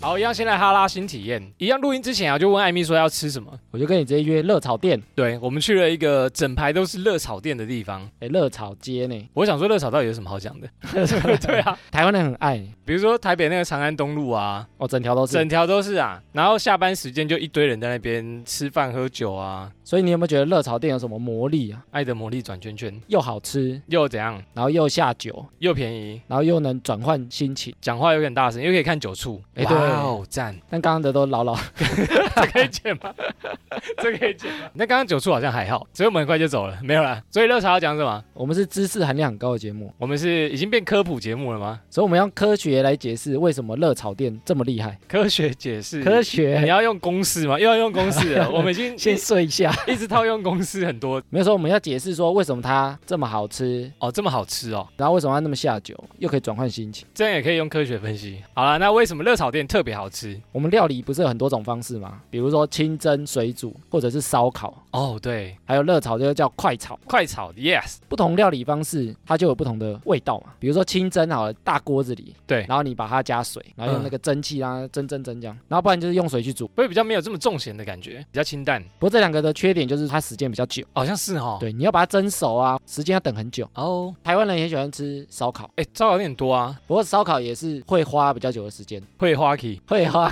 好，一样先来哈拉新体验。一样录音之前啊，就问艾米说要吃什么。我就跟你直接约热炒店，对我们去了一个整排都是热炒店的地方。哎，热炒街呢，我想说热炒到底有什么好讲的？ 对啊， 台湾人很爱比如说台北那个长安东路啊，哦，整条都是。整条都是啊。然后下班时间就一堆人在那边吃饭喝酒啊，所以你有没有觉得热炒店有什么魔力啊？爱的魔力转圈圈又好吃，又怎样，然后又下酒，又便宜，然后又能转换心情。讲话有点大声，又可以看酒醋。哎哇哦，赞！但刚刚的都老老， 这可以剪吗？ 这可以剪吗？那刚刚酒醋好像还好，所以我们很快就走了，没有啦。所以热茶要讲什么？我们是知识含量很高的节目，我们是已经变科普节目了吗？所以我们要科学来解释为什么热炒店这么厉害。科学解释，科你学，嗯要用公式吗？又要用公式 了，我们已经先睡一 下。一直套用公式很多没有说我们要解释说为什么它这么好吃，哦，这么好吃哦，然后为什么它那么下酒，又可以转换心情。这样也可以用科学分析。好了，那为什么热炒店特别好吃？我们料理不是有很多种方式吗？比如说清蒸、水煮，或者是烧烤，哦，对，还有热炒就叫快炒。快炒，yes，不同料理方式，它就有不同的味道嘛。比如说清蒸好了，大锅子里，对然后你把它加水，然后用那个蒸汽让它蒸蒸蒸这样，然后不然就是用水去煮。会比较没有这么重咸的感觉，比较清淡，不过这两个的缺点就是它时间比较久，好像是哦。对，你要把它蒸熟啊，时间要等很久。哦，台湾人也喜欢吃烧烤，哎，烧烤有点多啊，不过烧烤也是会花比较久的时间，会花期，会花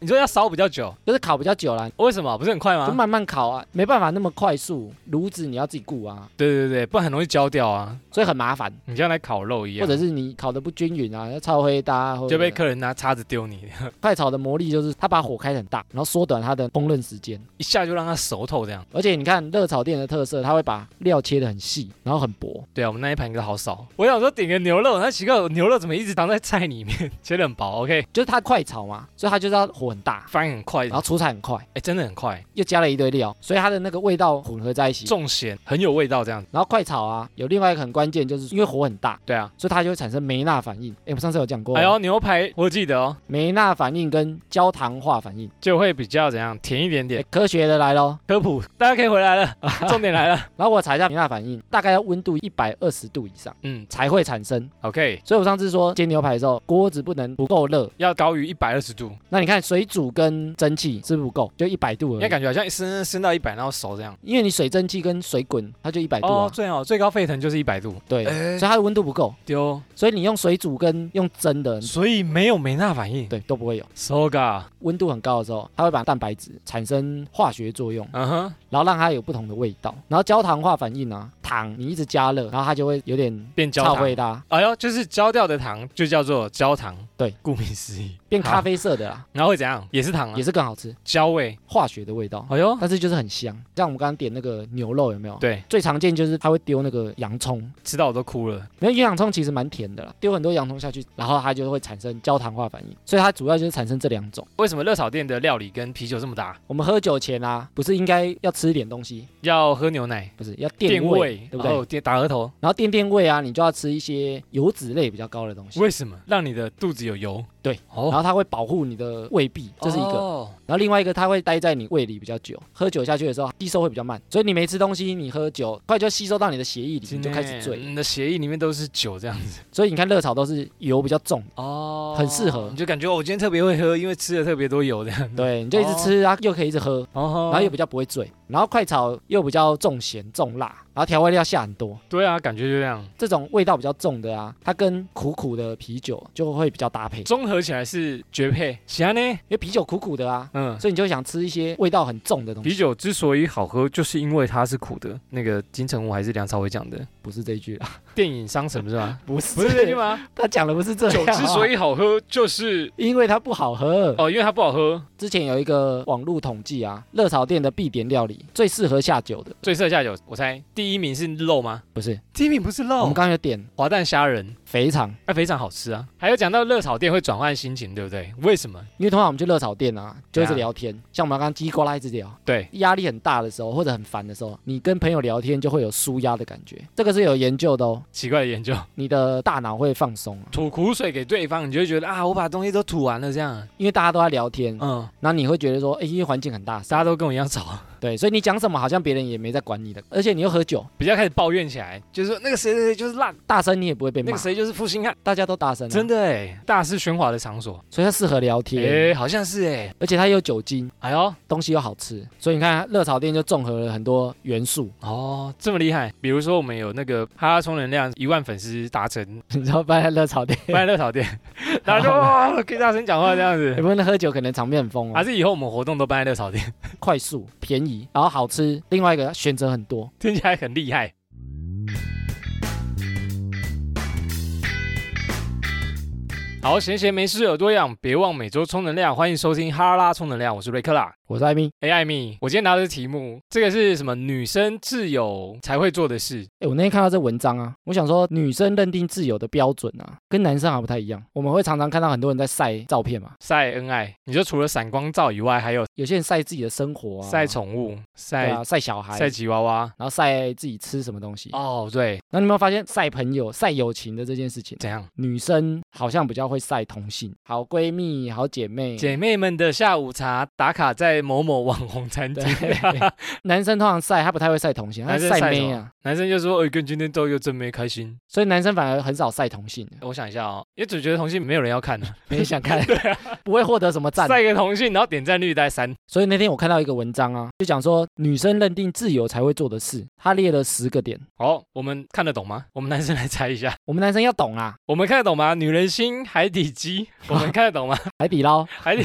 你说要烧比较久， 哦就是烤比较久啦，为什么？不是很快就吗？慢慢烤啊，没办法那么快速，炉子你要自己顾啊，对对对，不然很容易焦掉啊。所以很麻烦。你像来烤肉一或样，者是你烤的不均匀啊，要超黑搭、啊，或者就被客人拿叉子丢你， 快炒的魔力就是它把火开得很大，然后缩短它的烹饪时间。一下就让它熟透这样。而且你看热炒店的特色，它会把料切得很细，然后很薄。对啊，我们那一盘都好少。我想说点个牛肉，那奇怪，我牛肉怎么一直藏在菜里面， 切得很薄。OK，就是它快炒嘛，所以它就是要火很大，翻很快，然然后后出菜很快，哎，真的很快，又加了一堆料，所以它的那个味道混合在一起。重咸，很有味道这样。然后快炒啊，有另外一个很关键，就是因为火很大，对啊，所以它就会产生梅纳反应。诶，我上次有讲过，啊还有哎牛排，我记得哦，梅纳反应跟焦糖化反应。就会比较怎样甜一点诶点。科学的来咯。科普，大家可以回来 了，重点来了。然后我查一下梅纳反应，大概要温度一百二十度以上嗯才会产生。 ，OK，所以我上次说煎牛排的时候，锅子不能不够热。要高于一百二十度，那你看水煮跟蒸汽是不是不够？就一百度因而为已。感觉好像升升到一百，然后熟这样。因为你水蒸气跟水滚，它就一百度啊，哦，最好最高沸腾就是一百度，对，哎所以它的温度不够，丢，所以你用水煮跟用蒸的，所以没有梅纳反应。对，都不会有。 Soga，温度很高的时候，它会把蛋白质产生化学作用，嗯哼，然后让它有不同的味道。然后焦糖化反应啊，糖你一直加热，然后它就会有点变焦超糖味。啊啦，哎呦，就是焦掉的糖就叫做焦糖，对，顾名思义，变咖好。啡色的啦，然后会怎样？也是糖啊，也是更好吃，焦味。化学的味道，哎呦，但是就是很香。像我们刚刚点那个牛肉有没有？对，最常见就是它会丢那个洋葱，吃到我都哭了。因为洋葱其实蛮甜的啦，丢很多洋葱下去，然后它就会产生焦糖化反应，所以它主要就是产生这两种。为什么热炒店的料理跟啤酒这么搭？我们喝酒前啊，不是应该要吃一点东西，要喝牛奶。不是要垫胃，对不对然后垫打额头，然后垫垫胃啊，你就要吃一些油脂类比较高的东西，为什么让你的肚子有油？对，然哦，后它会保护你的胃壁，这是一个。哦然后另外一个，它会待在你胃里比较久，喝酒下去的时候吸收会比较慢，所以你没吃东西，你喝酒快就吸收到你的血液里，你就开始醉。你的血液里面都是酒这样子，所以你看热炒都是油比较重，哦很适合你就感觉哦我今天特别会喝，因为吃了特别多油这样。对，你就一直吃，然后又可以一直喝，哦然后又比较不会醉，然后快炒又比较重咸重辣，然后调味料下很多，对啊，感觉就这样，这种味道比较重的啊，它跟苦苦的啤酒就会比较搭配，因综合起来是绝配。喜欢呢，为啤酒苦苦的啊，嗯，所以你就想吃一些味道很重的东西。啤酒之所以好喝，就是因为它是苦的。那个金城武还是梁朝伟讲的，不是这一句啊，？电影《商城》是吧不是 不是这句吗？他讲的不是这样、啊。以好喝，就是因为它不好喝。哦，因为它不好喝，之前有一个网络统计啊，热炒店的必点料理最适合下酒的，最适合下酒。我猜第一名是肉吗？不是？第一名不是我肉们，刚刚有点滑蛋虾仁，肥肠，那非常好吃啊。还有讲到热炒店会转换心情，对不对？为什么？因为通常我们去热炒店啊，就一直对啊聊天，像我们刚刚叽里呱啦一直聊，对，压力很大的时候，或者很烦的时候，你跟朋友聊天就会有舒压的感觉，这个是有研究的哦。奇怪的研究，你的大脑会放松、啊，吐苦水给对方，你就会觉得啊，我把东西都吐完了这样。因为大家都在聊天，嗯，然后你会觉得说，哎，因为环境很大大声，家都跟我一样吵，对，所以你讲什么好像别人也没在管你的，而且你又喝酒，比较开始抱怨起来，就是说那个谁谁谁就是烂，大声你也不会被那骂个，谁就是负心汉，大家都大声、啊，真，的哎，大师喧哗的场所，所以它适合聊天，哎，好像是哎，而且它也有酒精，哎呦，东西又好吃，所以你看热炒店就综合了很多元素。 哦，这么厉害。比如说我们有那个哈拉充能量一万粉丝达成，你知道办在热炒 店，办热炒店，大家就哇可以大声讲话这样你 子。不能喝酒，可能场面很疯哦还。是以后我们活动都办在热炒店， 快速、便宜，然后好吃，另外一个选择很多。听起来很厉害。好，闲闲没事耳朵痒，别忘每周充能量。欢迎收听哈拉充能量，我是瑞克啦。我是艾米，哎，艾米，我今天拿的题目，这个是什么？女生挚友才会做的事。哎，我那天看到这文章啊，我想说女生认定自由的标准啊，跟男生还不太一样。我们会常常看到很多人在晒照片嘛，晒恩爱，你就除了闪光照以外，还有有些人晒自己的生活啊，晒宠物、对晒、啊，晒小孩，晒吉娃娃。然后晒自己吃什么东西。哦，对，那你有没有发现晒朋友、晒友情的这件事情，怎样？女生好像比较会晒同性、好闺蜜、好姐妹。嗯姐妹们的下午茶打卡在某某网红餐厅对，，男生通常晒，他不太会晒同性，他男生晒晒什妹么啊， 男生就说：“哎、跟今天都又真没开心。所以男生反而很少晒同性的”， 我想一下哦，也只觉得同性没有人要看 啊，没人想看，不会获得什么赞。晒个同性，然后点赞率大概三，所以那天我看到一个文章啊，就讲说女生认定自由才会做的事，他列了十个点，好，我们看得懂吗？我们男生来猜一下，我们男生要懂啊， 我们看得懂吗？女人心、海底 鸡，我们看得懂吗？海底捞，海底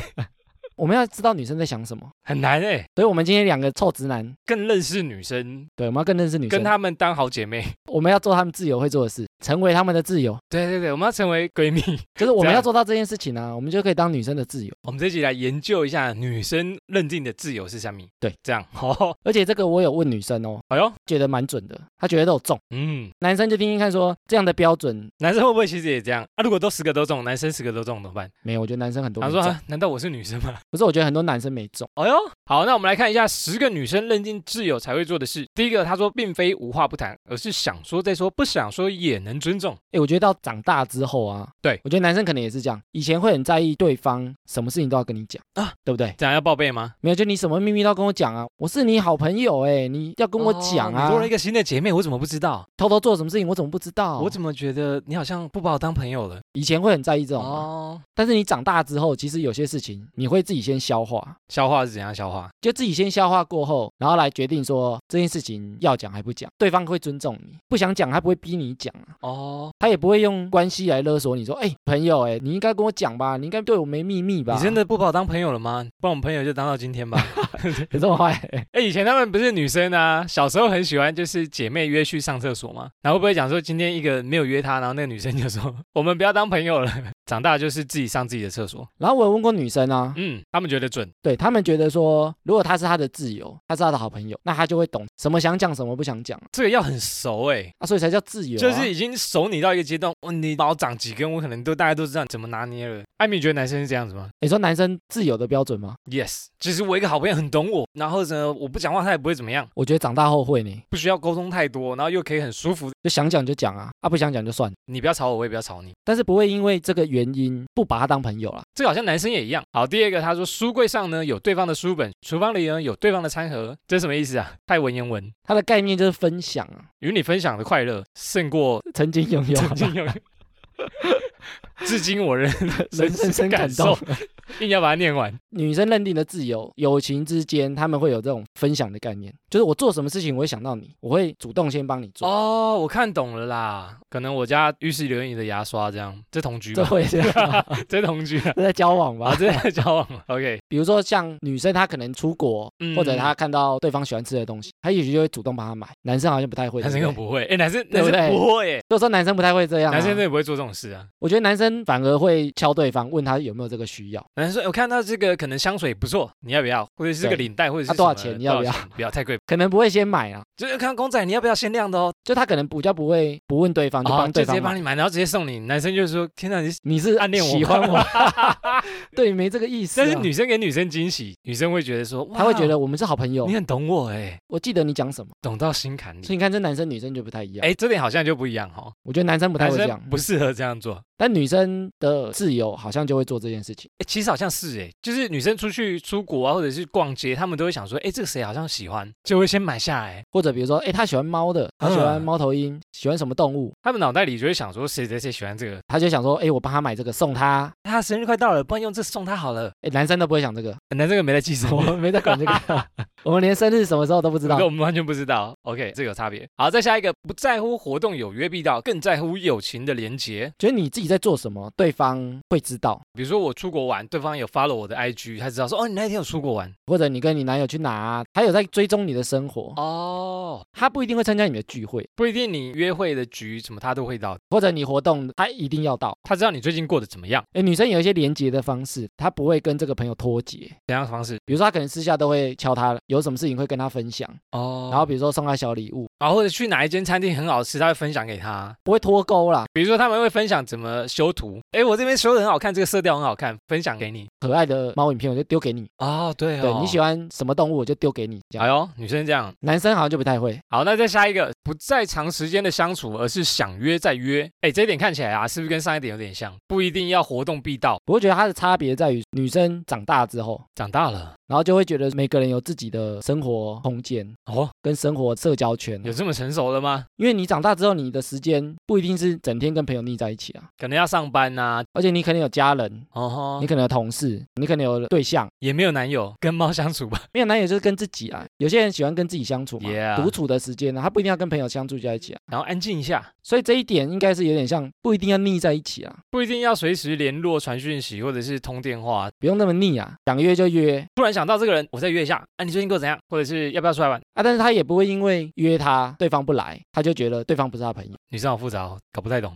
我们要知道女生在想什么。 很难哎、所以我们今天两个臭直男，更认识女生，对，我们要更认识女生，跟她们当好姐妹。我们要做他们自由会做的事，成为他们的自由，对对对，我们要成为闺蜜。就是我这们样要做到这件事情啊，我们就可以当女生的自由。 我们这集来研究一下女生认定的自由是什么。对，这样 哦，而且这个我有问女生哦，哎呦，觉得蛮准的，她觉得都有中。嗯，男生就听听看说这样的标准男生会不会其实也这样啊？如果都十个都中，男生十个都中怎么办？没有，我觉得男生很多他没说、中。啊难道我是女生 吗？不是，我觉得很多男生没中。哎呦，好，那我们来看一下十个女生认定挚友才会做的事。第一个，她说并非无话不谈，而是想说再说，不想说也能尊重。哎，我觉得到长大之后啊，对我觉得男生可能也是这样，以前会很在意对方，什么事情都要跟你讲啊啊，对不对？这样要报备吗？没有，就你什么秘密都要跟我讲啊，我是你好朋友哎、你要跟我讲哦啊，你多了一个新的姐妹，我怎么不知道？偷偷做什么事情我怎么不知道？我怎么觉得你好像不把我当朋友了？以前会很在意这种、啊，哦，但是你长大之后，其实有些事情你会自己先消化，消化是怎样消化？就自己先消化过后，然后来决定说这件事情要讲还不讲，对方会尊重你，不想讲他不会逼你讲啊，哦，他也不会用关系来勒索你说，哎、朋友哎、你应该跟我讲吧，你应该对我没秘密吧？你真的不把我当朋友了吗？不然我们朋友就当到今天吧。有这么坏？哎、以前他们不是女生啊，小时候很喜欢就是姐妹约去上厕所嘛，然后会不会讲说今天一个没有约她，然后那个女生就说我们不要当朋友了， 长大就是自己上自己的厕所。然后我有问过女生啊，嗯，他们觉得准。对他们觉得说，如果他是他的自由，他是他的好朋友，那他就会懂什么想讲，什么不想讲这个要很熟哎、啊，所以才叫自由、啊。就是已经熟你到一个阶段，哦，你把我长几根，我可能都大家都知道你怎么拿捏了。艾米觉得男生是这样子吗你说男生自由的标准吗？ ？Yes，其实我一个好朋友很懂我，然后呢，我不讲话他也不会怎么样，我觉得长大后会呢，不需要沟通太多，然后又可以很舒服。就想讲就讲啊，啊不想讲就算了，你不要吵我，我也不要吵你。但是不会因为这个原因不把他当朋友啦。这个好像男生也一样。好，第二个他说书柜上呢有对方的书本，厨房里呢有对方的餐盒，这是什么意思啊？太文言文。他的概念就是分享啊，与你分享的快乐胜过曾经拥有，曾经 有。至今我仍人深深感动。硬要把它念完。女生认定的自由，友情之间他们会有这种分享的概念，就是我做什么事情我会想到你，我会主动先帮你做，哦，我看懂了啦，可能我家浴室留你的牙刷这样，这同居这吧，会这样 吗这同居啊，这在交往啊，吧？这在交往了，OK，比如说像女生，她可能出国，嗯或者她看到对方喜欢吃的东西，她也许就会主动帮他买。男生好像不太 会，男生对更不对不会，哎，男生对男不生对不会耶，就说男生不太会这样、啊，男生真的不会做这种事啊。我觉得男生反而会敲对方，问他有没有这个需要。男生说：“欸我看到这个可能香水不错，你要不要？或者是这个对领带，或者是、啊多少钱你要不要？不要太贵。可能不会先买啊，就是看到公仔，你要不要限量的哦？啊就他可能比较不会不问对方，就帮就哦对直方接买。帮你买，然后直接送你。男生就说：天哪，你是你是啊暗恋我喜欢 我， 对，没这个意思、啊。但是女生给女生惊喜，女生会觉得说，他会觉哇得我们是好朋友你，嗯很懂我哎，我记得你讲什么。懂到心坎里哎所。以你看，这男生女生就不太一样。哎，这点好像就不一样哈、哦，我觉得男生不太男会这生样，不适合这样做。但女生的自由好像就会做这件事情。哎、其实好像是哎、就是女生出去出国啊，或者是逛街，她们都会想说，哎、这个谁好像喜欢，就会先买下来。或者比如说，哎，他喜欢猫的，他喜欢嗯猫头鹰，喜欢什么动物，她们脑袋里就会想说，谁谁谁喜欢这个，他就想说，哎，我帮他买这个送他。她生日快到了，不然用这送她好了。哎，男生都不会想这个，男这个没在计我生日，们没在管这个，我们连生日什么时候都不知道 这。我们完全不知道。OK，这个有差别。好，再下一个，不在乎活动有约必到，更在乎友情的连结。觉得你自己在做什么，对方会知道。比如说我出国玩，对方有 follow 我的 IG，他知道说，哦，你那一天有出国玩或者你跟你男友去哪、啊，他有在追踪你的生活，哦，他不一定会参加你的聚会，不一定你约会的局什么他都会到，或者你活动他一定要到。他知道你最近过得怎么样，诶，女生有一些连接的方式，她不会跟这个朋友脱节。怎样的方式比如说，她可能私下都会敲他，有什么事情会跟他分享，哦然然后后比如说送他小礼物，然后或者去哪一间餐厅很好吃，他会分享给他。不会脱钩啦。比如说他们会分享怎么修图，诶，我这边修的很好看，这个色调很好看，分享给你。可爱的猫影片我就丢给你，哦，对对你喜欢。欢什么动物我就丢给你，这样哎。呦，女生这样男生好像就不太会，好，那再下一个，不再长时间的相处，而是想约再约。哎，这一点看起来啊，是不是跟上一点有点像？不一定要活动必到，我会觉得他的差别在于女生长大之后，长大了然后就会觉得每个人有自己的生活空间哦，跟生活社交圈，啊有这么成熟了吗？因为你长大之后，你的时间不一定是整天跟朋友腻在一起啊，可能要上班呐、而且你可能有家人，哦吼你可能有同事，你可能有对象。也没有男友，跟猫相处吧。没有男友就是跟自己啊，有些人喜欢跟自己相处嘛 Yeah 独处的时间呢、啊他不一定要跟朋友相处在一起啊，然后安静一下，所以这一点应该是有点像不一定要腻在一起啊，不一定要随时联络、传讯息或者是通电话。不用那么腻啊，想约就约突然想到这个人，我再约一下。哎、你最近过得怎样？或者是要不要出来玩？啊，但是他也不会因为约他对方不来，他就觉得对方不是他朋友，女生好复杂哦，搞不太懂。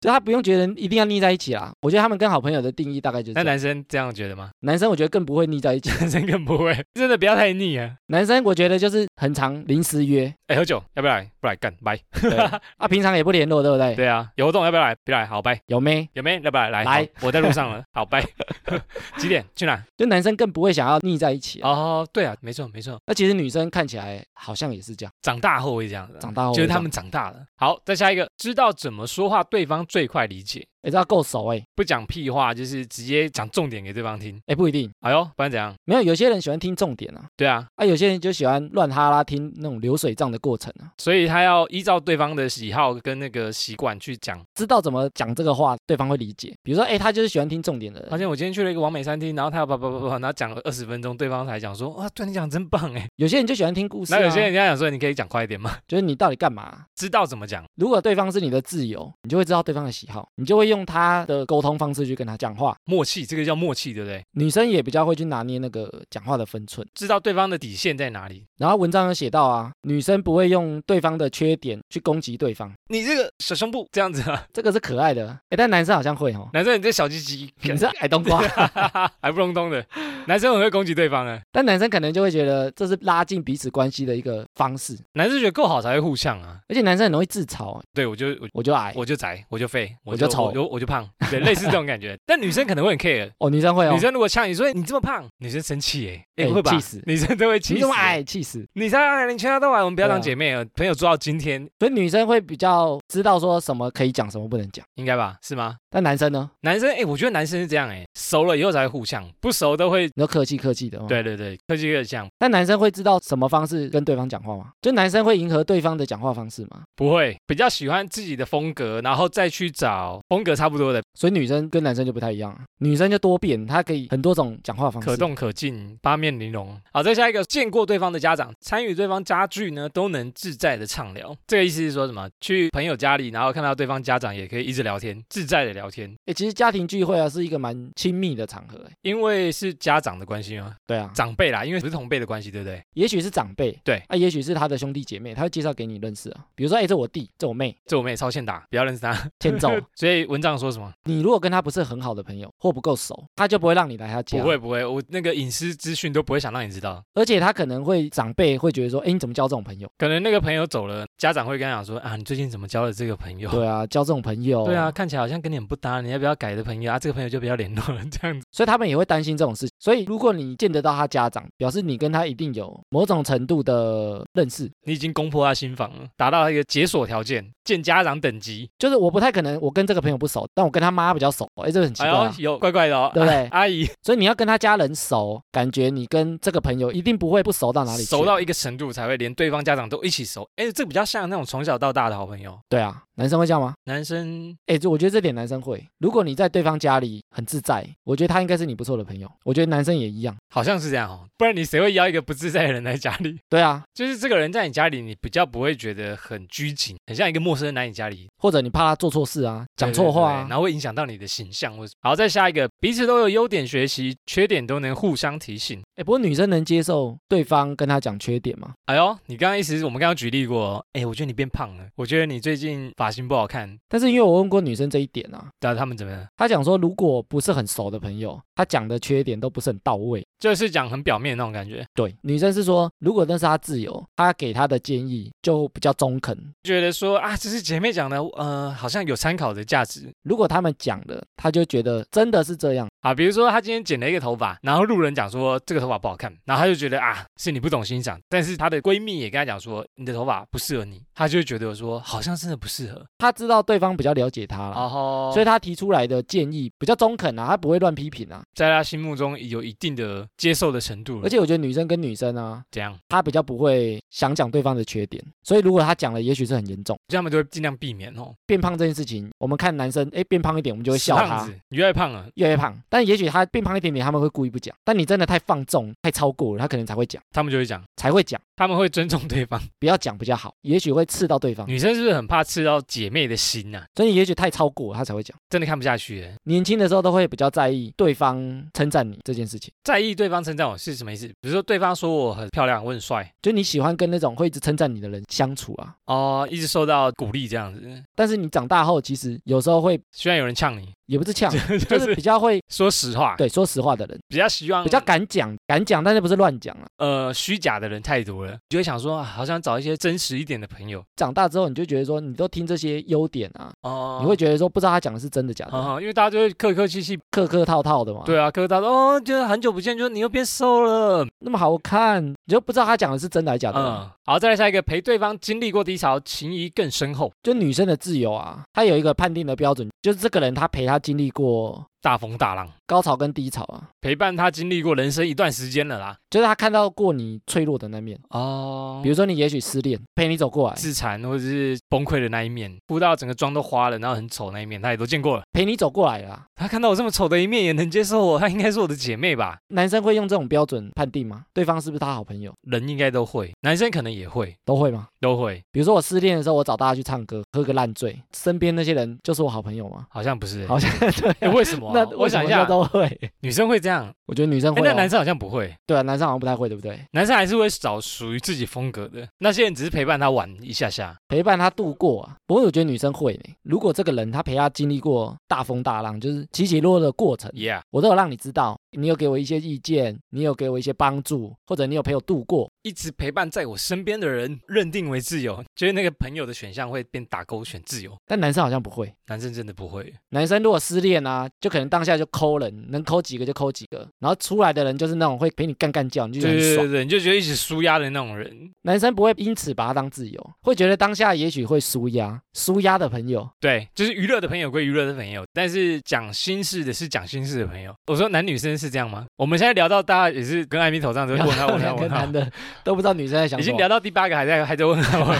就他不用觉得一定要腻在一起啦。我觉得他们跟好朋友的定义大概就是这那样，男生这样觉得吗？ 男生我觉得更不会腻在一起，男生更不会，真的不要太腻啊。男生我觉得就是很常临 时约，哎，喝酒要不要来？不来干，拜。对啊，平常也不联络，对不对？对啊，有活动要不要来？不要来，好拜。有没？有没有？要不要来？来好，我在路上 了。好，拜。 几点？去哪？就男生更不会想要腻在一起啊。哦，对啊，没错没错。那其实女生看起来好像也是这样，长大后会这样子，长大后就是会这他样们长大了。好，再下一个，知道怎么说话，对方最快理解，也知道够熟哎、欸、不讲屁话，就是直接讲重点给对方听。哎、不一定，哎呦，不然怎样？没有有些人喜欢听重点啊，对啊，啊有些人就喜欢乱哈拉听那种流水账的过程啊，所以他要依照对方的喜好跟那个习惯去讲。知道怎么讲这个话，对方会理解。比如说，哎、他就是喜欢听重点的发人，现我今天去了一个完美餐厅，然后他要叭叭叭叭，然后讲了二十分钟，对方才讲说，哇，对你讲得真棒哎。有些人就喜欢听故事、啊，那有些人家讲说，你可以讲快一点吗？就是你到底干嘛、知道怎么讲，如果对方是你的挚友，你就会知道对方的喜好，你就会用他的沟通方式去跟他讲话。默契，这个叫默契，对不对？女生也比较会去拿捏那个讲话的分寸。知道对方的底线在哪里，然后文章有写到啊，女生不会用对方的缺点去攻击对方，你这个小胸部这样子啊， 这个是可爱的。哎，但男生好像会哦，男生你这小鸡鸡，你是矮冬瓜， 还不隆咚的，男生很会攻击对方啊的，但男生可能就会觉得这是拉近彼此关系的一个方式，男生觉得够好才会互相啊。而且男生很容易自嘲，欸对我就我我就矮我就宅，我就废，我就丑我就我就胖，对，类似这种感觉。但女生可能会很 care，哦，女生会哦，女生如果呛你说哎你这么胖，女生生气哎、欸，哎会吧气死？女生都会气死。你怎么？矮，气死！你才矮，你全家都矮，我们不要对啊当姐妹了。朋友做到今天所以女生会比较知道说什么可以讲，什么不能讲。应该吧？是吗？但男生呢，男生哎、我觉得男生是这样哎、熟了以后才会互相，不熟都会。你要客气客气的、哦。。对对对，科技有点像，但男生会知道什么方式跟对方讲话吗？就男生会迎合对方的讲话方式吗？不会，比较喜欢自己的风格，然后再去找风格差不多的，所以女生跟男生就不太一样、啊，女生就多变，她可以很多种讲话方式。可动可静，八面玲珑。好，再下一个，见过对方的家长，参与对方家具呢，都能自在的畅聊。这个意思是说什么？去朋友家里，然后看到对方家长，也可以一直聊天，自在的聊天，欸，其实家庭聚会啊是一个蛮亲密的场合、欸。因为是家长的关系吗？对啊，长辈啦，因为不是同辈的关系，对不对？也许是长辈，对啊，也许是他的兄弟姐妹，他会介绍给你认识啊。比如说，哎、这我弟，这我妹，这我们也超欠打，不要认识他。欠 揍。所以文章说什么？你如果跟他不是很好的朋友或不够熟，他就不会让你来他家。不会，不会，我那个隐私资讯都不会想让你知道。而且他可能会长辈会觉得说，哎、你怎么交这种朋友？可能那个朋友走了，家长会跟他讲说啊，你最近怎么交了这个朋友？对啊，交这种朋友。哦对啊，，看起来好像跟你很不搭，你要不要改的朋友啊？这个朋友就不要联络了，这 样子。所以他们也会担心这种事情。所以如果你见得到他家长，表示你跟他一定有某种程度的认识。你已经攻破他心房了，达到一个解锁条件。见家长等级。就是我不太可能，我跟这个朋友不熟，但我跟他妈比较熟，哎，这个很奇哎怪、啊呦，有怪怪的哦，对不对 阿姨所以你要跟他家人熟，感觉你跟这个朋友一定不会不熟到哪里去。熟到一个程度才会连对方家长都一起熟。哎，这比较像那种从小到大的好朋友。对啊，男生会这样吗？男生哎、这我觉得这点男生会。如果你在对方家里很自在，我觉得他应该是你不错的朋友。我觉得男生也一样。好像是这样哦，不然你谁会邀一个不自在的人来家里？ 对啊，就是这个人在你家里，你比较不会觉得很拘谨，很像一个陌生人来你家里或者你怕他做错事啊，讲错话对对啊对。然后会影响到你的形象或者。好，再下一个，彼此都有优点学习，缺点都能互相提醒。哎、不过女生能接受对方跟她讲缺点吗？哎呦，你刚刚意思是我们刚刚举例过哦，哎，我觉得你变胖了，我觉得你最近发型不好看，但是因为我问过女生这一点啊，然后他们怎么样？她讲说如果不是很熟的朋友，她讲的缺点都不是很到位。就是讲很表面那种感觉，对，女生是说如果那是她自由，她给她的建议就比较中肯。觉得说啊，这是姐妹讲的，呃，好像有参考的价值如果他们讲了，她就觉得真的是这样。啊。比如说她今天剪了一个头发，然后路人讲说这个头发不好看，然后她就觉得啊，是你不懂欣赏。但是她的闺蜜也跟她讲说你的头发不适合你，她就会觉得说好像真的不适合。她知道对方比较了解她了。然后，所所以以她提出来的建议比较中肯啊，她不会乱批评啊。在她心目中有一定的接受的程度了。而且我觉得女生跟女生啊，怎样，她比较不会想讲对方的缺点，所以如果她讲了，也许是很严重。他们就会尽量避免哦。变胖这件事情，我们看男生，哎，变胖一点，我们就会死笑胖他子，你越来越胖了，越来越胖。但也许他变胖一点点，他们会故意不讲。但你真的太放纵、太超过了，他可能才会讲，他们就会讲。才会讲，他们会尊重对方，不要讲比较好，也许会刺到对 方。女生是不是很怕刺到姐妹的心呐、所以也许太超过了，他才会讲。真的看不下去了，年轻的时候都会比较在意对方称赞你这件事情，在意对方称赞我是什么意思？比如说对方说我很漂亮，我很帅，就你喜欢跟那种会一直称赞你的人相处啊。哦，一直受到鼓励这样子。但是你长大后，其实有时候会虽然有人呛你， 也不是呛，就就是是嗯比较会说实话，对说实话的人，比较希望比较敢讲，敢讲，但是不是乱讲啊。呃虚假的人太多了，你就会想说，啊好想找一些真实一点的朋友长大之后，你就觉得说，你都听这些优点啊，哦，你会觉得说，不知道他讲的是真的假的，哦，因为大家就会客客气气，客客套套的嘛。，对啊，客客套套，哦，就是很久不见，就是你又变瘦了，那么好看，你就不知道他讲的是真的还是假的啊、嗯，好，再来下一个，陪对方经历过低潮，情谊更深厚，就女生的自由啊，她有一个判定的标准，就是这个人她陪她经历过大风大浪，高潮跟低潮啊，陪伴他经历过人生一段时间了啦。就是她看到过你脆弱的那面，哦比如说你也许失恋，陪你走过来，自残或者是崩溃的那一面，哭到整个妆都花了，然后很丑那一面，他也都见过了。陪你走过来啦。他看到我这么丑的一面也能接受我，他应该是我的姐妹吧？男生会用这种标准判定吗？对方是不是他好朋友人应该都会，男生可能也会，都会吗？都会，比如说我失恋的时候，我找大家去唱歌，喝个烂醉，身边那些人就是我好朋友吗？好像不是。好像对啊、诶为什么啊、 那我为什想么一下，都会。女生会这样，我觉得女生诶会、哦那男生好像不会，对啊，男生好像不太会，对不对？男生还是会找属于自己风格的。那些人只是陪伴他玩一下下，陪伴他度过啊。不过我觉得女生会呢。如果这个人他陪他经历过大风大浪，就是起起落落的过程， yeah，我都有让你知道，你有给我一些意见，你有给我一些帮助，或者你有陪我度过。一直陪伴在我身边的人认定为挚友，就是那个朋友的选项会变打勾选挚友。但男生好像不会。男生真的不会，男生如果失恋啊，就可能当下就抠人，能抠几个就抠几个，然后出来的人就是那种会陪你干干叫，你就对觉得很对对爽。对，你就觉得一直舒压的那种人，男生不会因此把他当自由，会觉得当下也许会舒压，舒压的朋友对，就是娱乐的朋友归娱乐的朋友，但是讲心事的是讲心事的朋友。我说男女生是这样吗？我们现在聊到大家也是跟艾米头上都是问号 问号两个问号男，的都不知道女生在想已什经么聊。到第八个还在还在问号，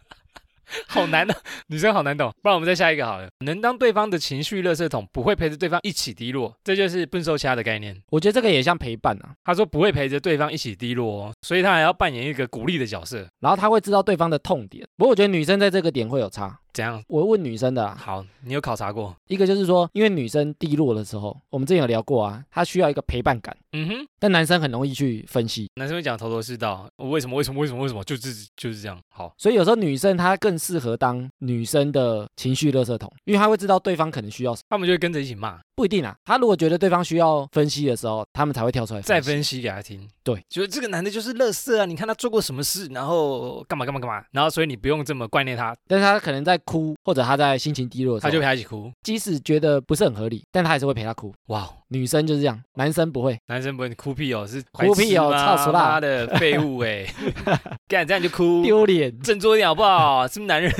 好难啊，女生好难懂。不然我们再下一个好了，能当对方的情绪垃圾桶，不会陪着对方一起低落，这就是笨手掐的概念。我觉得这个也像陪伴啊，他说不会陪着对方一起低落哦，所以他还要扮演一个鼓励的角色，然后他会知道对方的痛点。不过我觉得女生在这个点会有差。怎样？我问女生的啊，好，你有考察过？一个就是说，因为女生低落的时候，我们之前有聊过啊，她需要一个陪伴感，嗯哼，但男生很容易去分析，男生会讲头头是道，我为什么为什么为什么为什么就是就是这样。好，所以有时候女生她更适合当女生的情绪垃圾桶，因为她会知道对方可能需要什么。他们就会跟着一起骂，不一定啊，她如果觉得对方需要分析的时候，他们才会跳出来再析分析给他听。对，觉得这个男的就是乐色啊，你看他做过什么事，然后干嘛干嘛干嘛，然后所以你不用这么怪念他。但是她可能在哭或者他在心情低落的时他候，就陪他一起哭。即使觉得不是很合理，但他还是会陪他哭。哇，女生就是这样，男生不会。男生不会哭屁哦，是哭屁哦白痴吗操死啦妈的废物 哎，干这样你就哭，丢脸，振作一点好不好？是不是男人？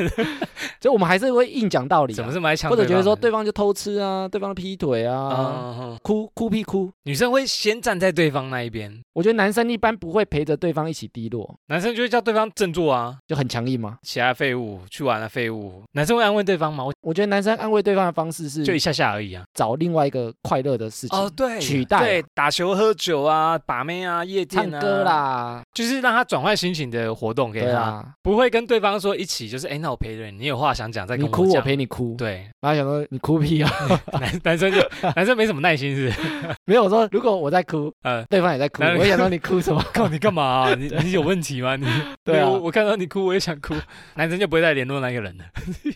就我们还是会硬讲道理啊、怎么这么爱抢？或者觉得说对方就偷吃啊，对方劈腿嗯啊，嗯嗯哭哭屁哭。女生会先站在对方那一边，我觉得男生一般不会陪着对方一起低落，男生就会叫对方振作啊，就很强硬嘛。起来废物，去玩了废物。男生会安慰对方吗？我我觉得男生安慰对方的方式就一是下下而已啊。找另外一个快乐的事情，哦，对，取代啊对打球、喝酒啊、把妹啊、夜唱店啊、歌，啦，就是让他转换心情的活动给对他，啊，不会跟对方说一起就是哎，那我陪着你，你有话想讲再跟你我哭我讲陪你哭。对， 然后想说你哭屁啊， 男男生就男生没什么耐心是不是，没有我说如果我在哭，呃，对方也在哭，那我想说你哭什么？ 靠你干嘛啊、你 你有问题吗？ 你对啊我我看到你哭我也想哭， 男生就不会再联络那个人了。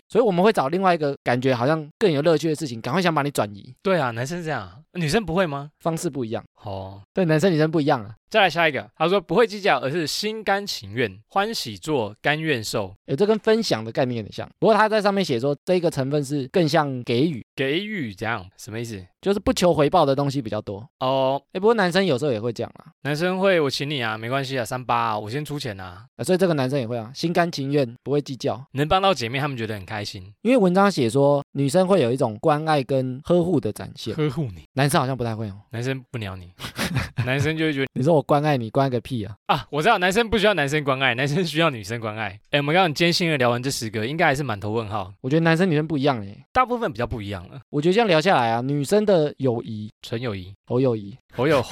所以我们会找另外一个感觉好像更有乐趣的事情，赶快想把你转移，对啊，男生这样，女生不会吗？方式不一样，哦，对，男生女生不一样啊。再来下一个，他说不会计较，而是心甘情愿，欢喜做，甘愿受，有这跟分享的概念很像，不过他在上面写说这个成分是更像给予，给予这样什么意思？就是不求回报的东西比较多。哦，哎，不过男生有时候也会这样啊，男生会我请你啊，没关系啊，三八啊，我先出钱啊，呃所以这个男生也会啊，心甘情愿，不会计较。能帮到姐妹，她们觉得很开心，因为文章写说女生会有一种关爱跟呵护的展 现，呵护你。男生好像不太会哦。男生不鸟你， 男生就会觉得你说我关爱你，关爱个屁啊！啊，我知道男生不需要男生关爱，男生需要女生关爱。哎，我们刚刚很艰辛的聊完这十个，应该还是满头问号，我觉得男生女生不一样哎、大部分比较不一样了。我觉得这样聊下来啊，女生的友谊，纯友谊，侯友谊，我有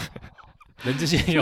人之间有，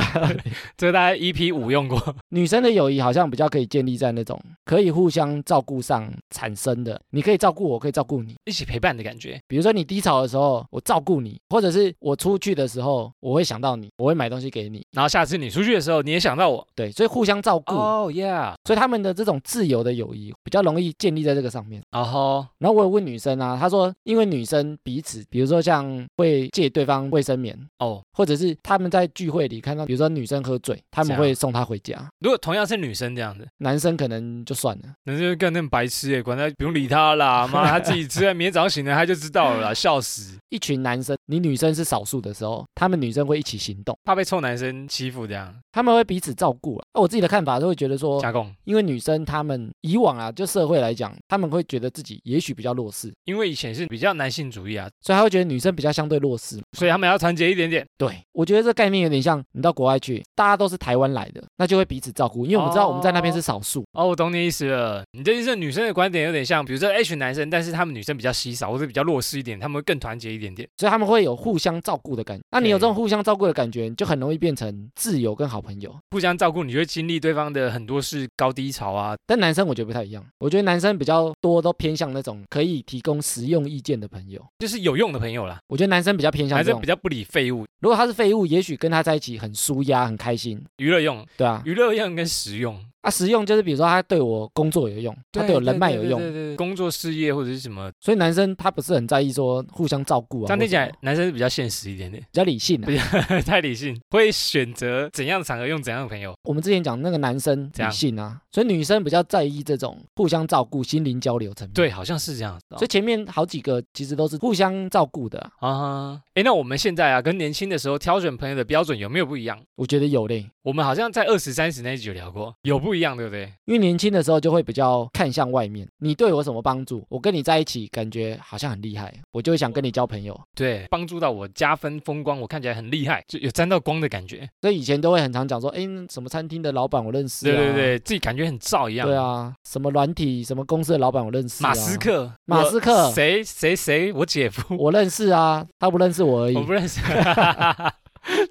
这个大概 EP 五用过。女生的友谊好像比较可以建立在那种可以互相照顾上产生的，你可以照顾我，我可以照顾你。一起陪伴的感觉。比如说你低潮的时候，我照顾你，或者是我出去的时候，我会想到你，我会买东西给你，然后下次你出去的时候，你也想到我。哦对，所以互相照顾， ，yeah，所以他们的这种自由的友谊比较容易建立在这个上面。然后然后我有问女生啊，她说因为女生彼此，比如说像会借对方卫生棉，哦，或者是他们在聚会里看到，比如说女生喝醉，他们这样会送她回家，如果同样是女生这样子，男生可能就算了。男生就干那种白痴哎，管他不用理他啦，妈他自己吃啊，明天早上醒来他就知道了啦，笑死。一群男生，你女生是少数的时候，他们女生会一起行动，怕被臭男生欺负这样，他们会彼此照顾啊。那我自己的看法就会觉得说，加工，因为女生她们以往啊，就社会来讲，她们会觉得自己也许比较弱势，因为以前是比较男性主义啊，所以她会觉得女生比较相对弱势。所以他们要团结一点点。对，我觉得这概念有点像你到国外去，大家都是台湾来的，那就会彼此照顾，因为我们知道我们在那边是少数。哦，我懂你意思了。你这就是女生的观点有点像，比如说 H 男生，但是他们女生比较稀少或者比较弱势一点，他们会更团结一点点。所以他们会有互相照顾的感觉，那你有这种对互相照顾的感觉，你就很容易变成挚友跟好朋友。互相照顾，你就会经历对方的很多事高低潮啊。但男生我觉得不太一样，我觉得男生比较多都偏向那种可以提供实用意见的朋友。就是有用的朋友啦，我觉得男生比较偏向男这生种比，较不理废物，如果他是废物，也许跟他在一起很舒压、很开心，娱乐用，对啊。娱乐用跟实用，啊，实用就是比如说他对我工作有用，他对我人脉有用，对对对工作事业或者是什么，所以男生他不是很在意说互相照顾啊。这样听起或来者什么男生是比较现实一点 点，比较理性、啊比。太理性，会选择怎样的场合用怎样的朋友。我们之前讲那个男生这样理性啊，所以女生比较在意这种互相照顾、心灵交流层面。对，，好像是这样子哦。所以前面好几个其实都是互相照顾的啊、啊，哎，那我们现在啊，跟年轻的时候挑选朋友的标准有没有不一样？我觉得有嘞。我们好像在二十三十那一集有聊过，有不一样，对不对？因为年轻的时候就会比较看向外面，你对我有什么帮助？我跟你在一起，感觉好像很厉害，我就会想跟你交朋友。对，帮助到我加分风光，我看起来很厉害，就有沾到光的感觉。所以以前都会很常讲说，哎，什么餐厅的老板我认识、对啊，对，对，自己感觉很燥一样。对，啊，什么软体什么公司的老板我认识、啊，马斯克，马斯克我谁谁谁，我姐夫，我认识啊，他不认识我而已我。不认识，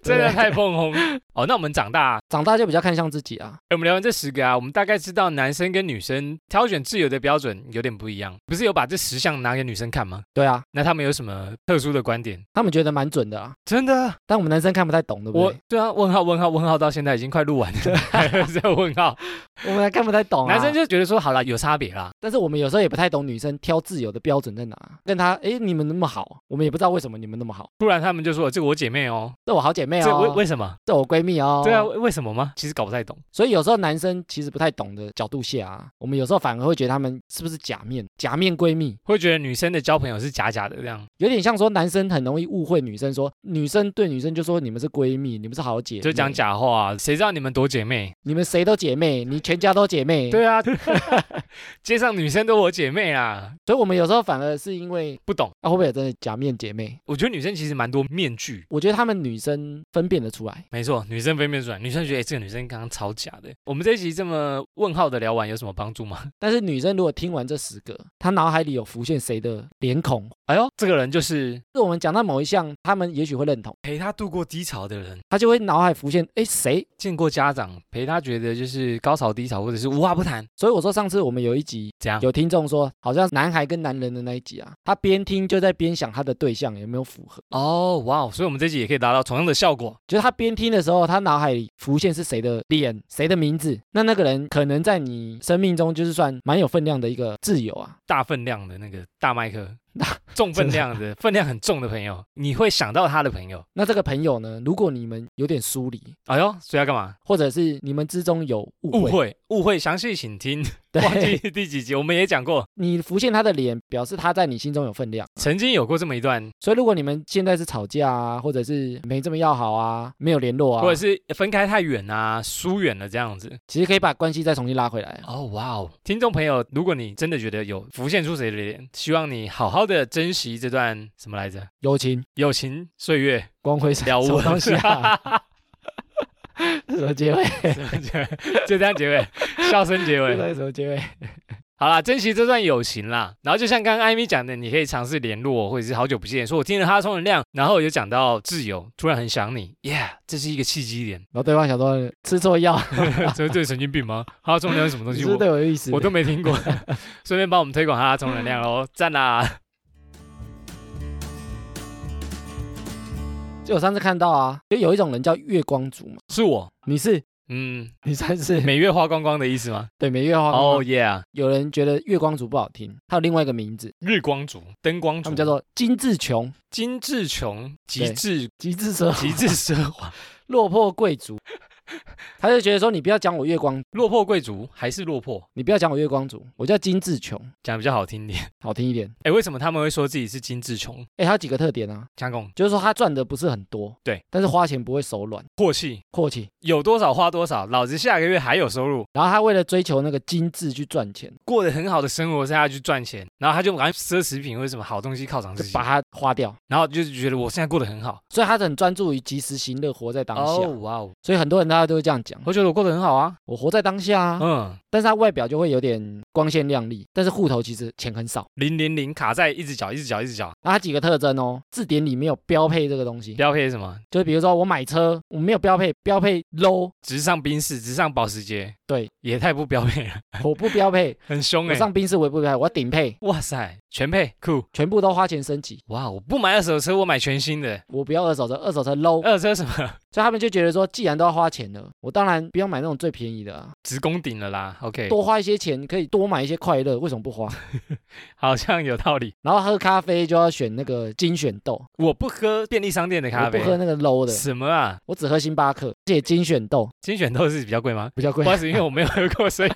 真的太碰红。哦，那我们长大、长大就比较看向自己啊，诶我们聊完这十个啊，我们大概知道男生跟女生挑选挚友的标准有点不一样。不是有把这十项拿给女生看吗？对啊，那他们有什么特殊的观点？他们觉得蛮准的啊，真的，但我们男生看不太懂，对不我对？ 对啊，问号问号问号，到现在已经快录完了，还有在问号。我们还看不太懂、啊。男生就觉得说好啦，有差别啦，但是我们有时候也不太懂女生挑自由的标准在哪，跟她诶，你们那么好，我们也不知道为什么你们那么好，不然他们就说这个我姐妹哦，这我好姐妹这为哦，为什么？这我闺蜜哦，对啊，为为什么吗？其实搞不太懂。所以有时候男生其实不太懂的角度下啊，我们有时候反而会觉得他们是不是假面假面闺蜜，会觉得女生的交朋友是假假的这样，有点像说男生很容易误会女生说，女生对女生就说你们是闺蜜，你们是好姐妹，就讲，假话、啊谁知道你们多姐妹？你们谁都姐妹，你全家都姐妹。，对啊， 街上女生都我姐妹啦，所以我们有时候反而是因为不懂。啊，会不会有真的假面姐妹？我觉得女生其实蛮多面具。我觉得她们女生分辨得出来，没错，女生分辨出来，女生觉得、诶哎这个女生刚刚超假的。我们这一集这么问号的聊完，有什么帮助吗？ 但是女生如果听完这十个，她脑海里有浮现谁的脸孔，哎呦，这个人就是是我们讲到某一项，她们也许会认同，陪她度过低潮的人，她就会脑海浮现，哎，谁？见过家长，陪她觉得就是高潮低潮，或者是无话不谈，所以我说上次我们有一集这样。有听众说，好像男孩跟男人的那一集啊，他边听就在边想他的对象有没有符合，哦，哇哦，所以我们这集也可以达到同样的效果。就是他边听的时候，他脑海里浮现是谁的脸、谁的名字，那那个人可能在你生命中就是算蛮有分量的一个挚友啊。大分量的那个大麦克， 重分量的分量很重的朋友，你会想到他的朋友。那这个朋友呢，如果你们有点疏离，哎呦，所以要干嘛？或者是你们之中有误误会，会，误会，详细请 听。忘记对第几集，我们也讲过，你浮现他的脸，表示他在你心中有分量。曾经有过这么一段，所以如果你们现在是吵架啊，或者是没这么要好啊，没有联络啊或者，是分开太远啊，疏远了这样子。其实可以把关系再重新拉回来。哦，哇哦，听众朋友，如果你真的觉得有浮现出谁的脸，希望你好好的珍惜这段什么来着？友情友情岁 月光辉闪了什无么东西啊？ 什么结尾？就这样结尾，笑声结尾。 对，什么结尾？。好啦，珍惜这段友情啦。然后就像刚刚艾米讲的，你可以尝试联络，或者是好久不见，说我听了他的充能量，然后有讲到挚友，突然很想你，Yeah，这是一个契机 点然后对方想说吃错药，这这是神经病吗？他的充能量是什么东你西？是不是对我我有意思？我都没听过。 顺便帮我们推广他的充能量喽，赞啦！就我上次看到啊，就有一种人叫月光族嘛，是我，你是嗯，你算是每月花光光的意思吗？对每月花哦、光。 Yeah，有人觉得月光族不好听，还有另外一个名字，日光族、灯光他族，们叫做精致穷、精致穷、极对致、 极致奢、极致奢华、落魄贵族。他就觉得说，你不要讲我月光，落魄贵族，还是落魄？你不要讲我月光族，我叫精致穷，讲比较好听点。 好听一点。哎，为什么他们会说自己是精致穷？哎，他有几个特点啊，加工就是说他赚的不是很多，对，但是花钱不会手软、阔气，阔气。有多少花多少，老子下个月还有收入，然后他为了追求那个精致去赚钱，过得很好的生活，下去赚钱，然后他就赶快奢侈品或者什么好东西犒赏就自己把，它花掉。然后就是觉得我现在过得很好。所以他很专注于及时行乐，活在当下。哇哦，所以很多人他都会这样讲，我觉得我过得很好啊，我活在当下啊，嗯，但是他外表就会有点光鲜亮丽，但是户头其实钱很少。零零零卡在一只脚一只脚一只脚，那他几个特征哦，字典里没有标配这个东西，标配是什么？就是比如说我买车，我没有标配，标配 low，直上宾士，直上保时捷，对，也太不标配了， 我不标配，很凶我哎、上宾士我也不标配，我要顶配，哇塞，全配酷！全部都花钱升级，哇，我不买二手车，我买全新的。我不要二手车，二手车 low，二手车什么？ 所以他们就觉得说，既然都要花钱了，我当然不要买那种最便宜的啊，直攻顶了啦。OK，多花一些钱可以多买一些快乐，为什么不花？ 好像有道理。然后喝咖啡就要选那个精选豆，我不喝便利商店的咖我啡，不喝那个 low 的，什么啊？我只喝星巴克，而且精选豆精选豆是比较贵吗？比较不贵好，意思，因为我没有喝过， 所以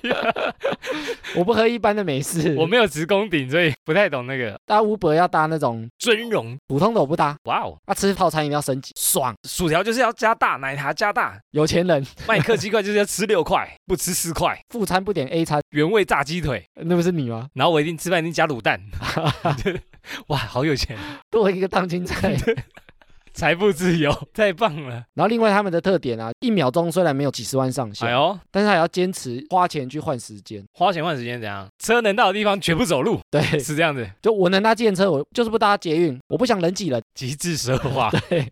我不喝一般的美式，我我没有直攻顶，所以不太懂那个搭 Uber 要搭那种尊容。普通的我不搭，哇哦，啊吃套餐一定要升级，爽，薯条就是要加大，奶茶加大，有钱人麦克鸡块就是要吃六块， 不吃四块，副餐不点 A 餐，原味炸鸡腿，那不是你吗？然后我一定吃饭一定加卤蛋。 哇，好有钱，多一个烫青菜。财富自由，太棒了！然后另外他们的特点啊，一秒钟虽然没有几十万上哎限，呦，但是还要坚持花钱去换时间，花钱换时间怎样？车能到的地方全部走路，对，是这样子，就我能搭计程车，我就是不搭捷运，我不想人挤人，极致奢华。 对，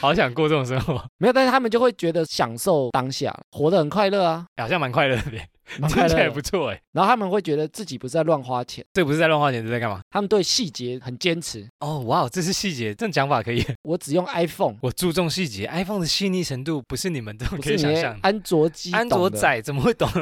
好想过这种生活， 没有，但是他们就会觉得享受当下，活得很快乐啊。哎好像蛮快乐的。 蛮听快起乐来的。不错哎。然后他们会觉得自己不是在乱花钱，这不是在乱花钱，这是在干嘛？他们对细节很坚持。哦，哇，这是细节，这种讲法可以。 我只用 iPhone，我注重细节，iPhone 的细腻程度不是你们都不 可是以你想那象的。安卓机安懂卓的仔怎么会懂？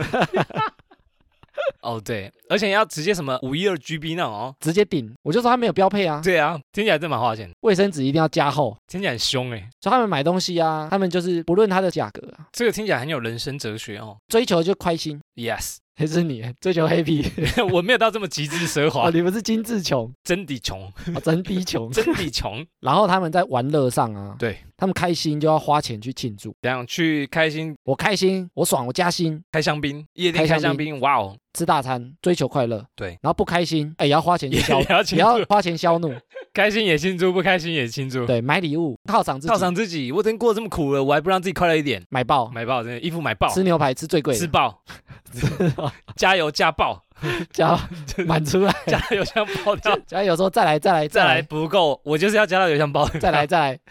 哦，对，而且要直接什么五一二 GB 那种哦。直接顶。我就说他没有标配啊，对啊，听起来真蛮花钱，卫生纸一定要加厚。听起来很凶哎。所以他们买东西啊，他们就是不论它的价格啊，这个听起来很有人生哲学哦。追求就开心。 Yes， 还是你追求 happy，我没有到这么极致奢哦，华，你不是精致 穷，真的穷，哦真逼穷。 真的穷。然后他们在玩乐上啊，对，他们开心就要花钱去庆祝。怎样去开心我开心，我爽，我加薪，开香槟？夜店开开香香槟，哇哦，吃大餐，追求快乐。对然后不开心，哎，也要花钱去 也消也，要庆也要 祝，花钱消 怒。开心也庆祝，不开心也庆祝。对，买礼物犒赏自己犒，赏自己，我已经过得这么苦了，我还不让自己快乐一点？买爆，买爆，真的衣服买爆，吃牛排吃最贵吃的， 爆，加油加爆，加满出来， 加油箱爆掉，加油 说再来再来再来不够，我就是要加到油箱爆，再来再来。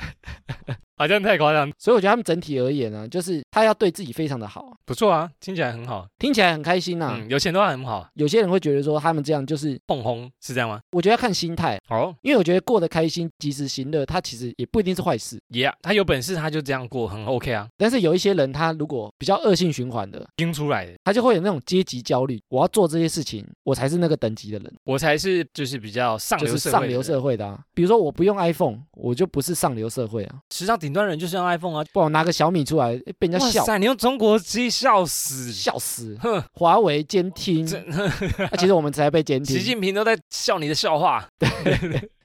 好像太夸张，所以我觉得他们整体而言呢、就是他要对自己非常的好啊，不错啊，听起来很好，听起来很开心呐、啊嗯，有钱的话很好，有些人会觉得说他们这样就是，碰轰是这样吗？我觉得要看心态，啊哦因为我觉得过得开心，及时行乐，它其实也不一定是坏事。 ，Yeah，他有本事他就这样过，很 OK 啊，但是有一些人，他如果比较恶性循环的，听出来的，他就会有那种阶级焦虑，我要做这些事情，我才是那个等级的人，我才是就是比较上就流是社会的上人，流社会的啊。比如说我不用 iPhone，我就不是上流社会啊，时尚顶端人就是用 iPhone 啊，不然我拿个小米出来诶被人家哇笑塞，你用中国机笑死，笑嗯死，哼，华为监听，这那其实我们才被监听 习，近平都在笑你的笑话，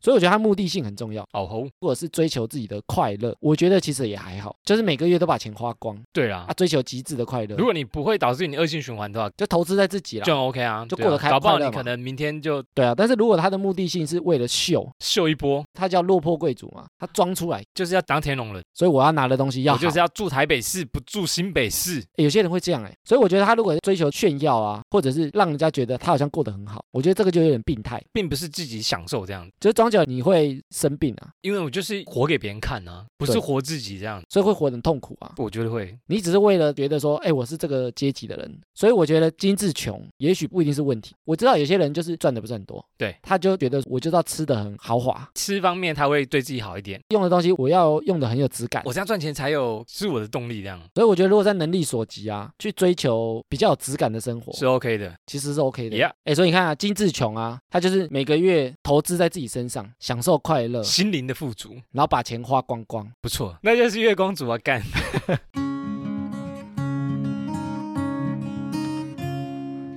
所以我觉得他目的性很重要。好红，或者是追求自己的快乐，我觉得其实也还好，就是每个月都把钱花光对啦啊，。追求极致的快乐如，果你不会导致你恶性循环的话，就投资在自己啦就。很 OK 啊，就对啊过得开搞不好快乐你嘛可能明天就对啊，但是如果他的目的性是为了秀，秀一波，他叫落魄贵族嘛，他装出来，就是要当天龙人，所以我要拿的东西要我好。就是要住台北市，不住新北市。欸有些人会这样哎、所以我觉得他如果追求炫耀啊，或者是让人家觉得他好像过得很好，我觉得这个就有点病态。并不是自己享受这样，就是装脚你会生病啊，因为我就是活给别人看啊，不是对活自己这样。所以会活得很痛苦啊。我觉得会，你只是为了觉得说，哎、我是这个阶级的人，所以我觉得精致穷也许不一定是问题。我知道有些人就是赚的不是很多，对，他就觉得我就要吃的很豪华，吃方面他会对自己好一点，用的东西我要用的很有质感。我这样赚钱才有是我的动力，这样所以我觉得如果在能力所及啊，去追求比较有质感的生活，是 OK 的。其实是 OK 哦的。 Yeah 哎、所以你看啊，精致穷啊，他就是每个月投资在自己身上，享受快乐，心灵的富足，然后把钱花光光。不错，那就是月光族啊，干。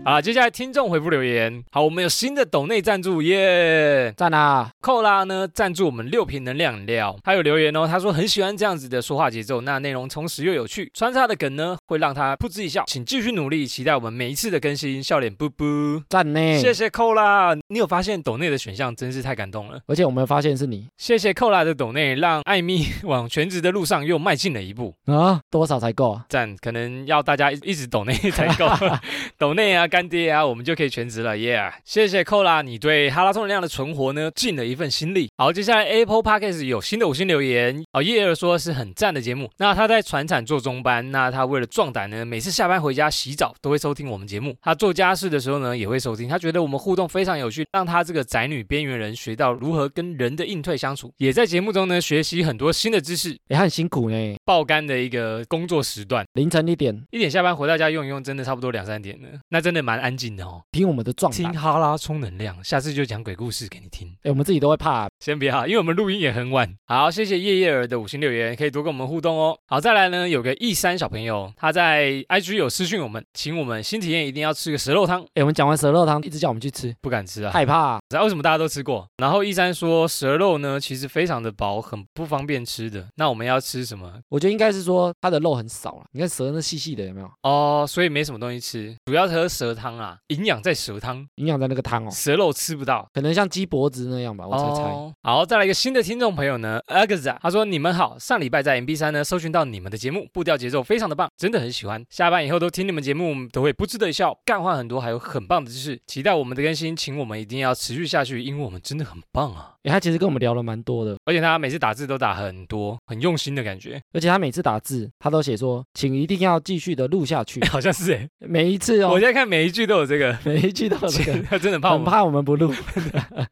好了，接下来听众回复留言。好，我们有新的抖内赞助耶。赞啊！寇拉呢赞助我们六瓶能量饮料，他有留言哦，他说很喜欢这样子的说话节奏，那内容充实又有趣，穿插的梗呢会让他噗嗤一笑，请继续努力，期待我们每一次的更新，笑脸布布。赞呢！谢谢寇拉，你有发现抖内的选项真是太感动了。而且我们发现是你谢谢寇拉的抖内，让艾米往全职的路上又迈进了一步。啊，多少才够啊？赞，可能要大家一一直抖内才够，抖内啊，干爹啊，我们就可以全职了，耶、yeah！谢谢寇拉，你对哈拉充能量的存活呢尽了一份心力。好，接下来 Apple Podcast 有新的五星留言，哦，叶儿说是很赞的节目。那他在船厂做中班，那他为了壮胆呢，每次下班回家洗澡都会收听我们节目。他做家事的时候呢也会收听，他觉得我们互动非常有趣，让他这个宅女边缘人学到如何跟人的应对相处，也在节目中呢学习很多新的知识。也很辛苦呢，爆肝的一个工作时段。凌晨一点一点下班回到家用一用，真的差不多两三点了，那真的蛮安静的哦。听我们的壮听胆，哎、哈拉充能量，下次就讲鬼故事给你听。我们自己都会怕、啊先别哈，因为我们录音也很晚。好，谢谢夜夜儿的五星留言，可以多跟我们互动哦。好，再来呢，有个一三小朋友，他在 IG 有私讯我们，请我们新体验一定要吃个蛇肉汤，哎、我们讲完蛇肉汤，一直叫我们去吃，不敢吃啊。害怕啊、不知道为什么大家都吃过。然后一三说蛇肉呢，其实非常的薄，很不方便吃的。那我们要吃什么？我觉得啊应该是说它的肉很少了。你看蛇那细细的有没有？哦，所以没什么东西吃，主要喝蛇汤啊，营养在蛇汤，营养在那个汤哦，蛇肉吃不到。可能像鸡脖子那样吧，我猜猜。哦好，再来一个新的听众朋友呢 a g a z a 他说：“你们好，上礼拜在 MB 三呢搜寻到你们的节目，步调节奏非常的棒，真的很喜欢。下班以后都听你们节目，都会不知的一笑，干话很多，还有很棒的知识。期待我们的更新，请我们一定要持续下去，因为我们真的很棒啊！诶他其实跟我们聊了蛮多的，而且他每次打字都打很多，很用心的感觉，而且他每次打字，他都写说，请一定要继续的录下 。去好像是哎、每一次我哦，现在看每一句都有这 个。”每一句都有这个。他真的怕我很们怕我们不录，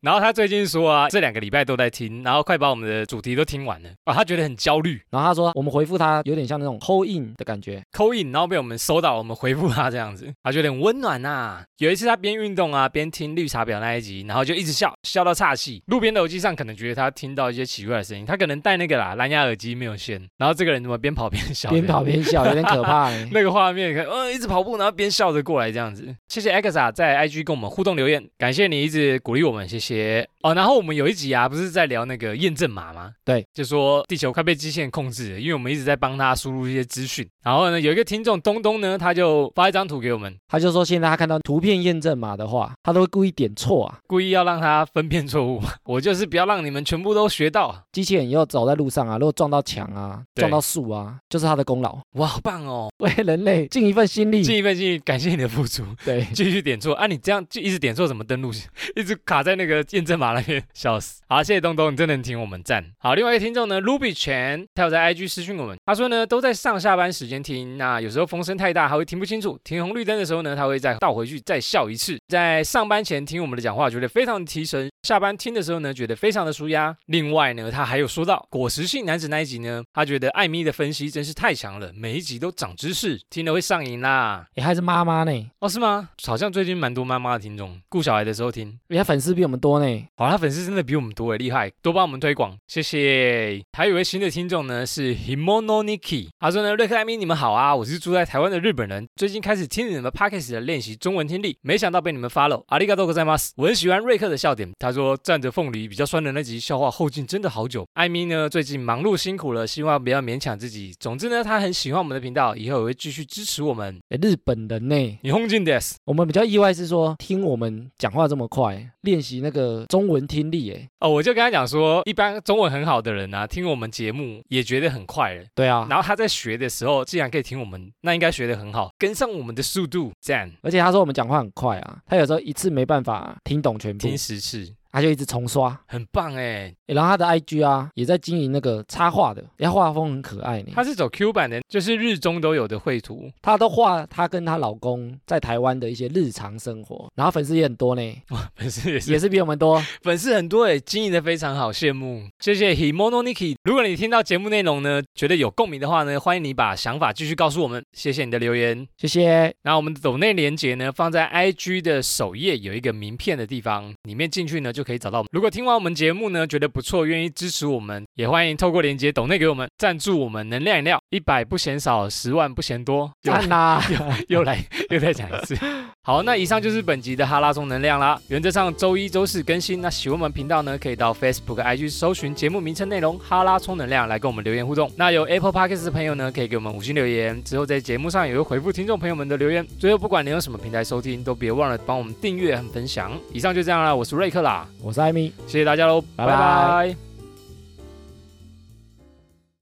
然后他最近说啊，这两个礼拜都在听，然后快把我们的主题都听完了啊，他觉得很焦虑，然后他说我们回复他有点像那种 hold in 的感觉，扣印，然后被我们收到，我们回复他这样子， 他觉得很温暖呐、有一次他边运动啊边听绿茶婊那一集，然后就一直笑笑到岔气。路边的耳机上可能觉得他听到一些奇怪的声音，他可能戴那个啦蓝牙耳机没有线，然后这个人怎么边跑边笑，边跑。边笑，有点可 怕、欸。那个画面，看，呃，一直跑步，然后边笑着过来这样子。谢谢 Exa 在 IG 跟我们互动留言，感谢你一直鼓励我们，谢谢哦。然后我们有一集啊，不是在聊那个验证码吗？对，就说地球快被基线控制了，因为我们一直在帮他输入一些资讯。然后呢，有一个听众东东呢，他就发一张图给我们，他就说现在他看到图片验证码的话，他都会故意点错啊。故意要让他分辨错误。我就是不要让你们全部都学到。机器人以后走在路上啊，如果撞到墙啊、对撞到树啊，就是他的功劳， 哇，好棒哦！为人类尽一份心力。尽一份心，感谢你的付出。对，继续点错啊！你这样就一直点错，怎么登录？ 一直卡在那个验证码那边， 笑死！好，谢谢东东，你真的很挺我们赞。好，另外一个听众呢，Ruby 全，他有在 IG 私讯我们，他说呢都在上下班时间听，那有时候风声太大，还会听不清楚。停红绿灯的时候呢，他会再倒回去再笑一次。在上班前听我们的讲话，觉得非常提神；下班听的时候呢，觉得非常的舒压。另外呢，他还有说到果实性男子那一集呢，他觉得艾米的分析真是太强了，每一集都长知识，听了会上瘾啦。也还是妈妈呢，人哦，是吗？好像最近蛮多妈妈的听众，顾小孩的时候听。家粉丝比我们多呢。好，他粉丝真的比我们多诶，厉害，多帮我们推广，谢谢。还有一位新的听众呢，是 Himononiki，他说呢，瑞克艾米，你们好啊，我是住在台湾的日本人，最近开始听你们 podcast 的练习中文听力，没想到被你们 follow，阿里嘎多ございます。我很喜欢瑞克的笑点，他说站着凤梨比较酸的那集笑话后劲真的好久。艾米呢，最近忙碌辛苦了，希望不要勉强自己。总之呢，他很喜欢我们的频道，以后也会继续支持我们。诶日本人呢，你轰进 des 我们比较意外是说听我们讲话这么快，练习那个中文听力，哎，哦，我就跟他讲说，一般中文很好的人啊，听我们节目也觉得很快了。对啊。然后他在学的时候，既然可以听我们，那应该学得很好，跟上我们的速度，赞，而且他说我们讲话很快啊，他有时候一次没办法听懂全部听，十次，他就一直重刷。很棒哎。诶然后他的 IG 啊，也在经营那个插画的，欸他画风很可爱呢。他是走 Q 版的，就是日中都有的绘图 她都画她跟她老公在台湾的一些日常生活，然后粉丝也很多呢，哇，粉丝也是也是比我们多。粉丝很多哎，经营的非常好，羡慕。谢谢 Himononiki。如果你听到节目内容呢，觉得有共鸣的话呢，欢迎你把想法继续告诉我们，谢谢你的留言。谢谢，那我们的抖内连接呢，放在 IG 的首页有一个名片的地方，里面进去呢就可以找到我们。如果听完我们节目呢，觉得不错，愿意支持我们，也欢迎透过连接抖内给我们赞助我们能量饮料，一百不嫌少，十万不嫌多。又赞 啊啦，啊又来又再讲一次。 好，那以上就是本集的哈拉松能量啦。原则上周一、周四更新。那喜欢我们频道呢，可以到 Facebook、IG 搜寻节目名称内容“哈拉充能量”来跟我们留言互动。那有 Apple Podcast 的朋友呢，可以给我们五星留言，之后在节目上也会回复听众朋友们的留言。最后，不管你用什么平台收听，都别忘了帮我们订阅和分享。以上就这样啦，我是瑞克啦，我是艾米。谢谢大家喽，拜拜拜